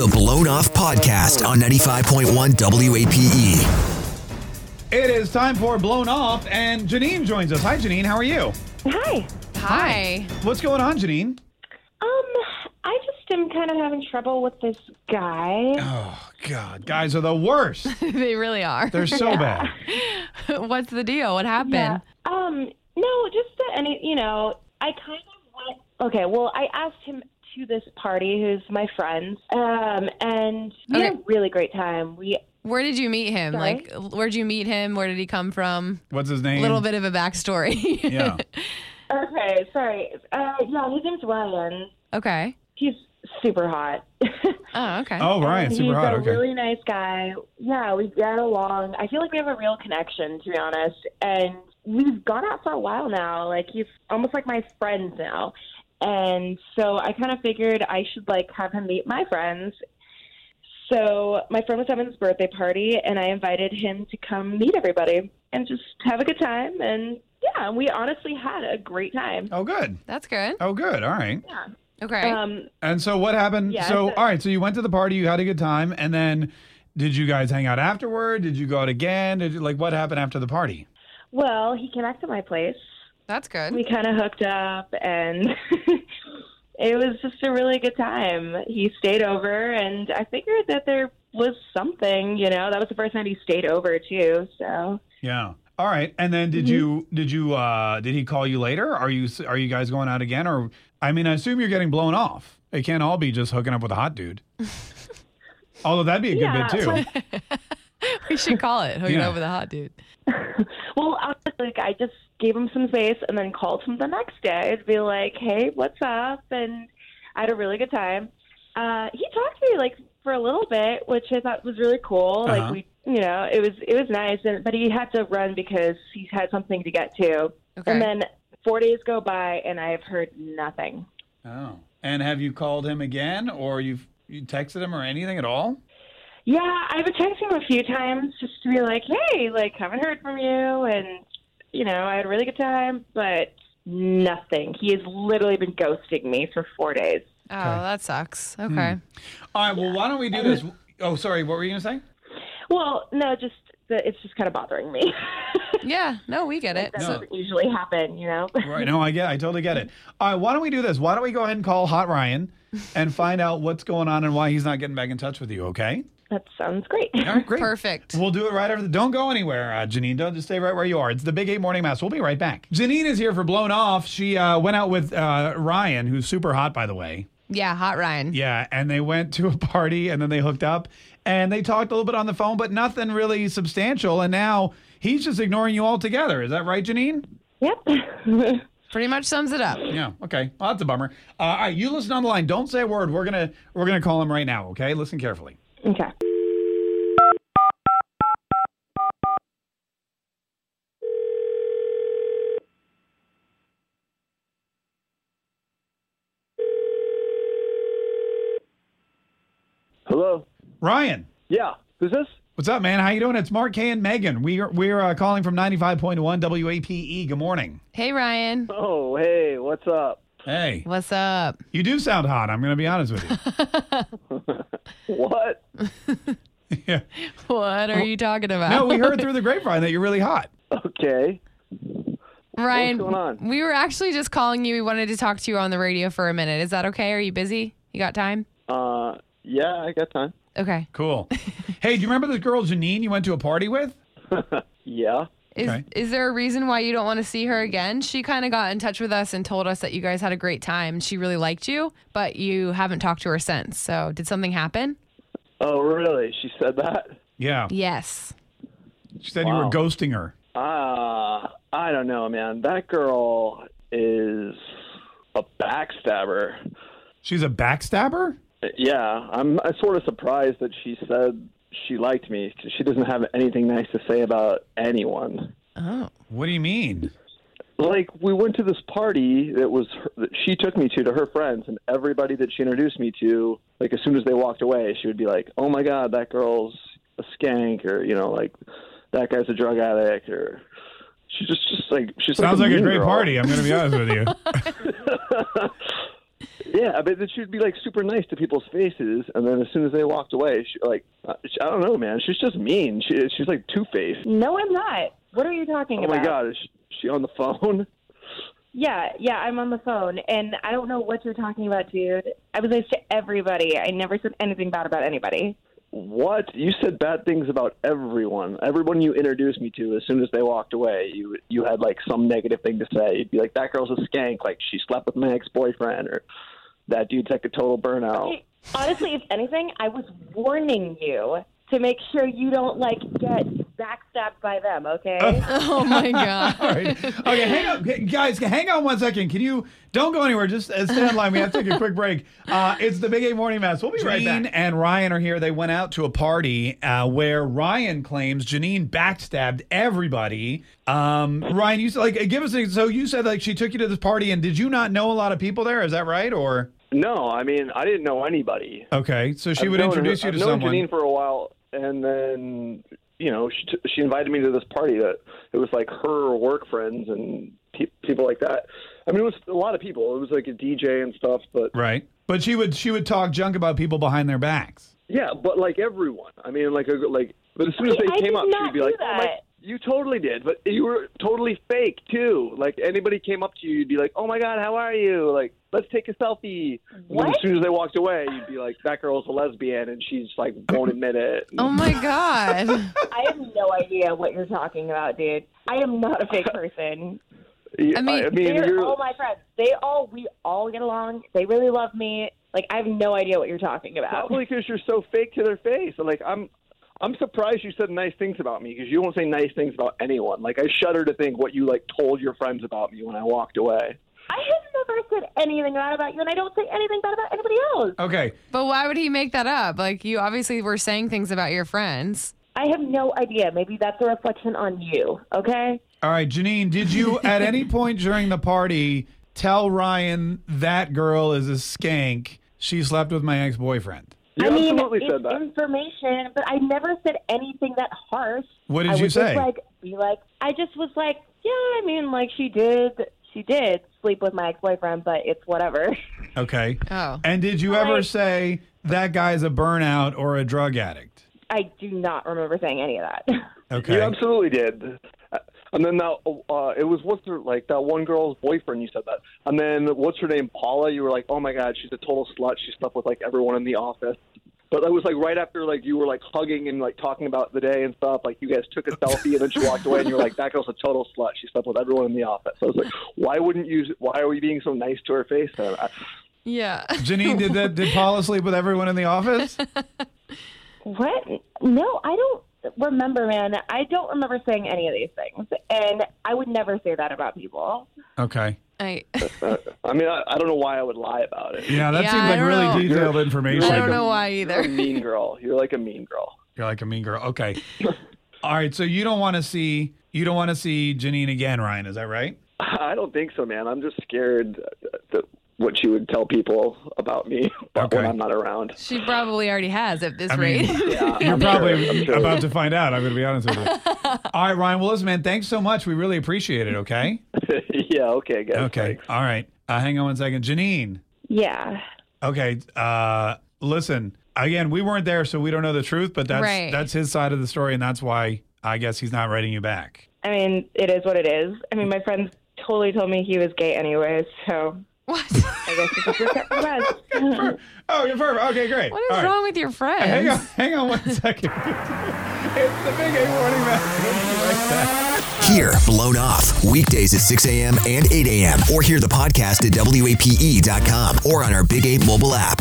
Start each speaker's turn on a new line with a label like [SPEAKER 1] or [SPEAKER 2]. [SPEAKER 1] The Blown Off Podcast on 95.1 WAPE.
[SPEAKER 2] It is time for Blown Off, and Janine joins us. Hi, Janine. How are you?
[SPEAKER 3] Hi.
[SPEAKER 4] Hi.
[SPEAKER 2] What's going on, Janine?
[SPEAKER 3] Um, I just am kind of having trouble with this guy.
[SPEAKER 2] Oh, God. Guys are the worst.
[SPEAKER 4] they really are.
[SPEAKER 2] They're so bad.
[SPEAKER 4] What's the deal? What happened?
[SPEAKER 3] Um, no, just that any, you know, I kind of went. Okay, well, I asked him to this party, who's my friends, um, and we had a
[SPEAKER 4] Okay.
[SPEAKER 3] really great time. We
[SPEAKER 4] Where did you meet him?
[SPEAKER 3] Sorry?
[SPEAKER 4] Like, where'd you meet him? Where did he come from?
[SPEAKER 2] What's his
[SPEAKER 4] A
[SPEAKER 2] name?
[SPEAKER 4] little bit of a backstory.
[SPEAKER 2] Yeah.
[SPEAKER 3] okay, sorry. Uh, yeah, his name's Ryan.
[SPEAKER 4] okay.
[SPEAKER 3] He's super hot.
[SPEAKER 4] Oh, okay.
[SPEAKER 2] Oh, Ryan.
[SPEAKER 3] He's
[SPEAKER 2] Super hot.
[SPEAKER 3] a
[SPEAKER 2] Okay.
[SPEAKER 3] really nice guy. Yeah, we get along. I feel like we have a real connection, to be honest. And we've gone out for a while now. Like he's almost like my friends now. And so I kind of figured I should like have him meet my friends. So my friend was having his birthday party, and I invited him to come meet everybody and just have a good time. And yeah, we honestly had a great time.
[SPEAKER 2] Oh, good.
[SPEAKER 4] That's good.
[SPEAKER 2] Oh, good. All right.
[SPEAKER 4] Okay.
[SPEAKER 3] Um,
[SPEAKER 2] And so what happened?
[SPEAKER 3] Yeah,
[SPEAKER 2] so,
[SPEAKER 3] so-
[SPEAKER 2] all right. So you went to the party. You had a good time. And then did you guys hang out afterward? Did you go out again? Did you, like, what happened after the party?
[SPEAKER 3] well, he came back to my place.
[SPEAKER 4] That's good.
[SPEAKER 3] we kind of hooked up and it was just a really good time. He stayed over and I figured that there was something, you know. That was the first night he stayed over too, so
[SPEAKER 2] Yeah. All right. And then did
[SPEAKER 3] Mhm.
[SPEAKER 2] you, did you, uh, did he call you later? Are you, are you guys going out again? Or, I mean, I assume you're getting blown off. It can't all be just hooking up with a hot dude. Although that'd be a good
[SPEAKER 3] Yeah,
[SPEAKER 2] bit too.
[SPEAKER 3] like-
[SPEAKER 4] we should call it hooking
[SPEAKER 2] Yeah.
[SPEAKER 4] up with a hot dude.
[SPEAKER 3] well, I was like I just gave him some space and then called him the next day to be like, "Hey, what's up?" and I had a really good time. Uh, he talked to me like for a little bit, which I thought was really cool.
[SPEAKER 2] Uh-huh.
[SPEAKER 3] Like we, you know, it was it was nice, and but he had to run because he had something to get to.
[SPEAKER 4] Okay.
[SPEAKER 3] And then four days go by, and I have heard nothing.
[SPEAKER 2] Oh. And have you called him again or you've you texted him or anything at all?
[SPEAKER 3] Yeah, I've been texting him a few times just to be like, hey, like, haven't heard from you. And, you know, I had a really good time, but nothing. He has literally been ghosting me for four days.
[SPEAKER 4] oh, that sucks.
[SPEAKER 2] Hmm.
[SPEAKER 4] Okay.
[SPEAKER 2] All right, well, why don't we do this? Oh, sorry, what were you going to say?
[SPEAKER 3] Well, no, just, the, it's just kind of bothering me.
[SPEAKER 4] Yeah. No, we get it.
[SPEAKER 3] that
[SPEAKER 2] No.
[SPEAKER 3] doesn't usually happen, you know?
[SPEAKER 2] Right, no, I get I totally get it. All right, why don't we do this? Why don't we go ahead and call Hot Ryan and find out what's going on and why he's not getting back in touch with you, okay?
[SPEAKER 3] that sounds great.
[SPEAKER 2] All right, great.
[SPEAKER 4] Perfect.
[SPEAKER 2] We'll do it right after. The, don't go anywhere, uh, Janine. Don't just stay right where you are. It's the Big Eight Morning Mass. We'll be right back. Janine is here for Blown Off. She uh, went out with uh, Ryan, who's super hot, by the way.
[SPEAKER 4] Yeah, hot Ryan.
[SPEAKER 2] Yeah, and they went to a party and then they hooked up and they talked a little bit on the phone, but nothing really substantial. And now he's just ignoring you altogether. Is that right, Janine?
[SPEAKER 3] Yep.
[SPEAKER 4] Pretty much sums it up.
[SPEAKER 2] Yeah. Okay. Well, that's a bummer. Uh, all right, you listen on the line. Don't say a word. We're gonna we're gonna call him right now. Okay. Listen carefully.
[SPEAKER 3] okay.
[SPEAKER 5] Hello.
[SPEAKER 2] Ryan,
[SPEAKER 5] Yeah. Who's this?
[SPEAKER 2] what's up, man? How you doing? It's Mark K and Megan. We are we're uh, calling from ninety five point one WAPe. E. Good morning.
[SPEAKER 4] Hey, Ryan.
[SPEAKER 5] Oh, hey, what's up?
[SPEAKER 2] Hey,
[SPEAKER 4] What's up?
[SPEAKER 2] you do sound hot. I'm gonna be honest with you.
[SPEAKER 5] What?
[SPEAKER 2] yeah.
[SPEAKER 4] What are you talking about?
[SPEAKER 2] Oh. No, we heard through the grapevine that you're really hot.
[SPEAKER 5] Okay.
[SPEAKER 4] Ryan,
[SPEAKER 5] What's going on?
[SPEAKER 4] we were actually just calling you. We wanted to talk to you on the radio for a minute. Is that okay? Are you busy? You got time?
[SPEAKER 5] Uh, yeah, I got time.
[SPEAKER 4] Okay.
[SPEAKER 2] Cool. hey, do you remember this girl Janine you went to a party with?
[SPEAKER 5] Yeah.
[SPEAKER 4] Is
[SPEAKER 2] Okay.
[SPEAKER 4] is there a reason why you don't want to see her again? She kind of got in touch with us and told us that you guys had a great time. She really liked you, but you haven't talked to her since. So, did something happen?
[SPEAKER 5] Oh, really? She said that?
[SPEAKER 2] Yeah.
[SPEAKER 4] Yes.
[SPEAKER 2] She said you
[SPEAKER 5] Wow.
[SPEAKER 2] were ghosting her.
[SPEAKER 5] Ah, I don't know, man. That girl is a backstabber.
[SPEAKER 2] She's a backstabber?
[SPEAKER 5] Yeah, I'm, I'm sort of surprised that she said she liked me 'cause she doesn't have anything nice to say about anyone.
[SPEAKER 4] Oh.
[SPEAKER 2] What do you mean?
[SPEAKER 5] like we went to this party that was her, that she took me to to her friends and everybody that she introduced me to like as soon as they walked away she would be like oh my god that girl's a skank or you know like that guy's a drug addict or she just just like she
[SPEAKER 2] Sounds like a
[SPEAKER 5] mean
[SPEAKER 2] great
[SPEAKER 5] girl.
[SPEAKER 2] party. I'm going to be honest with you.
[SPEAKER 5] Yeah, but that she'd be like super nice to people's faces, and then as soon as they walked away, she like uh, she, I don't know, man. She's just mean. She, she's like two faced.
[SPEAKER 3] No, I'm not. What are you talking
[SPEAKER 5] Oh
[SPEAKER 3] about?
[SPEAKER 5] my god, is she, she on the phone?
[SPEAKER 3] Yeah, yeah, I'm on the phone, and I don't know what you're talking about, dude. I was nice to everybody. I never said anything bad about anybody.
[SPEAKER 5] What you said bad things about everyone. Everyone you introduced me to, as soon as they walked away, you you had like some negative thing to say. You'd be like, that girl's a skank. Like she slept with my ex boyfriend, or that dude's like a total burnout.
[SPEAKER 3] Okay, Honestly, if anything, I was warning you to make sure you don't like get backstabbed by them. Okay.
[SPEAKER 4] Oh my god.
[SPEAKER 2] All right. Okay, hang on. Hey, Guys, hang on one second. Can you don't go anywhere? Just uh, stay online. We have to take a quick break. Uh, it's the Big A Morning Mass. We'll be right back. Janine and Ryan are here. They went out to a party uh, where Ryan claims Janine backstabbed everybody. Um, Ryan, you said like give us a, so you said like she took you to this party and did you not know a lot of people there? Is that right? Or
[SPEAKER 5] No, I mean I didn't know anybody.
[SPEAKER 2] okay, so she
[SPEAKER 5] I've
[SPEAKER 2] would
[SPEAKER 5] known
[SPEAKER 2] introduce
[SPEAKER 5] her-
[SPEAKER 2] you to
[SPEAKER 5] I've known
[SPEAKER 2] someone.
[SPEAKER 5] Janine for a while, and then you know she, t- she invited me to this party that it was like her work friends and pe- people like that. I mean, it was a lot of people. It was like a DJ and stuff, but
[SPEAKER 2] Right. But she would she would talk junk about people behind their backs.
[SPEAKER 5] yeah, but like everyone. I mean, like a, like. But as soon as
[SPEAKER 3] Okay,
[SPEAKER 5] they
[SPEAKER 3] I
[SPEAKER 5] came
[SPEAKER 3] did
[SPEAKER 5] up,
[SPEAKER 3] not
[SPEAKER 5] she'd be
[SPEAKER 3] do
[SPEAKER 5] like, "Oh my."
[SPEAKER 3] that.
[SPEAKER 5] You totally did, but you were totally fake too. Like anybody came up to you, you'd be like, "Oh my god, how are you?" Like, "Let's take a selfie." And then
[SPEAKER 3] What?
[SPEAKER 5] as soon as they walked away, you'd be like, "That girl's a lesbian," and she's like, "Won't admit it."
[SPEAKER 4] Oh my god.
[SPEAKER 3] I have no idea what you're talking about, dude. I am not a fake person.
[SPEAKER 5] Yeah,
[SPEAKER 4] I mean,
[SPEAKER 3] They're
[SPEAKER 5] you're-
[SPEAKER 3] all my friends. They all, we all get along. They really love me. Like, I have no idea what you're talking about.
[SPEAKER 5] Probably because you're so fake to their face. Like I'm, I'm surprised you said nice things about me because you won't say nice things about anyone. Like I shudder to think what you like told your friends about me when I walked away.
[SPEAKER 3] I have never said anything bad about you, and I don't say anything bad about anybody else.
[SPEAKER 2] Okay.
[SPEAKER 4] But why would he make that up? Like you obviously were saying things about your friends.
[SPEAKER 3] I have no idea. Maybe that's a reflection on you, okay?
[SPEAKER 2] All right, Janine, did you at any point during the party tell Ryan that girl is a skank? She slept with my ex boyfriend.
[SPEAKER 5] You
[SPEAKER 3] I mean,
[SPEAKER 5] absolutely
[SPEAKER 3] it's
[SPEAKER 5] said that.
[SPEAKER 3] information, but I never said anything that harsh.
[SPEAKER 2] What did
[SPEAKER 3] I
[SPEAKER 2] you
[SPEAKER 3] would
[SPEAKER 2] say?
[SPEAKER 3] Just, like, be like, I just was like, yeah, I mean, like she did, she did sleep with my ex-boyfriend, but it's whatever.
[SPEAKER 2] Okay.
[SPEAKER 4] Oh.
[SPEAKER 2] And did you ever
[SPEAKER 3] Like-
[SPEAKER 2] say that guy's a burnout or a drug addict?
[SPEAKER 3] I do not remember saying any of that.
[SPEAKER 2] Okay.
[SPEAKER 5] You absolutely did. Uh, And then that uh, it was what's her like that one girl's boyfriend. You said that, and then what's her name, Paula? You were like, oh my god, she's a total slut. She slept with like everyone in the office. But that was like right after like you were like hugging and like talking about the day and stuff. Like you guys took a selfie and then she walked away and you're like, that girl's a total slut. She slept with everyone in the office. I was like, why wouldn't you? Why are we being so nice to her face? And I,
[SPEAKER 4] Yeah.
[SPEAKER 2] Janine, did that did Paula sleep with everyone in the office?
[SPEAKER 3] what? No, I don't remember, man. I don't remember saying any of these things, and I would never say that about people.
[SPEAKER 2] Okay.
[SPEAKER 4] I
[SPEAKER 5] I mean, I, I don't know why I would lie about it.
[SPEAKER 2] Yeah, that
[SPEAKER 4] Yeah,
[SPEAKER 2] seems
[SPEAKER 4] I
[SPEAKER 2] like
[SPEAKER 4] don't
[SPEAKER 2] really
[SPEAKER 4] know.
[SPEAKER 2] detailed information.
[SPEAKER 4] I don't know
[SPEAKER 5] a-
[SPEAKER 4] why
[SPEAKER 5] You're a
[SPEAKER 4] either.
[SPEAKER 5] mean girl. You're like a mean girl.
[SPEAKER 2] You're like a mean girl. Okay. All right. So you don't want to see you don't want to see Janine again, Ryan, is that right?
[SPEAKER 5] I don't think so, man. I'm just scared that what she would tell people about me
[SPEAKER 2] Okay.
[SPEAKER 5] when I'm not around.
[SPEAKER 4] She probably already has at this
[SPEAKER 2] I
[SPEAKER 4] rate.
[SPEAKER 2] mean,
[SPEAKER 5] Yeah,
[SPEAKER 2] You're
[SPEAKER 5] I'm
[SPEAKER 2] probably
[SPEAKER 5] sure, I'm sure.
[SPEAKER 2] about to find out. I'm going to be honest with you. All right, Ryan. Well, listen, man, thanks so much. We really appreciate it, okay?
[SPEAKER 5] yeah, okay, guys.
[SPEAKER 2] Okay.
[SPEAKER 5] thanks.
[SPEAKER 2] All right. Uh, hang on one second. Janine.
[SPEAKER 3] Yeah.
[SPEAKER 2] Okay. Uh, listen, again, we weren't there, so we don't know the truth, but that's,
[SPEAKER 4] Right.
[SPEAKER 2] that's his side of the story, and that's why I guess he's not writing you back.
[SPEAKER 3] I mean, it is what it is. I mean, my friends totally told me he was gay anyway, so
[SPEAKER 4] what?
[SPEAKER 3] I guess it's just your friends.
[SPEAKER 2] Oh, you're perfect. Okay, great.
[SPEAKER 4] What is
[SPEAKER 2] All right.
[SPEAKER 4] wrong with your friends?
[SPEAKER 2] Hang on, hang on one second. it's the Big A Morning Mass. We'll be right back.
[SPEAKER 1] Here, Blown Off, weekdays at 6 E a.m. and 8 a.m. Or hear the podcast at WAPE.com or on our Big 8 mobile app.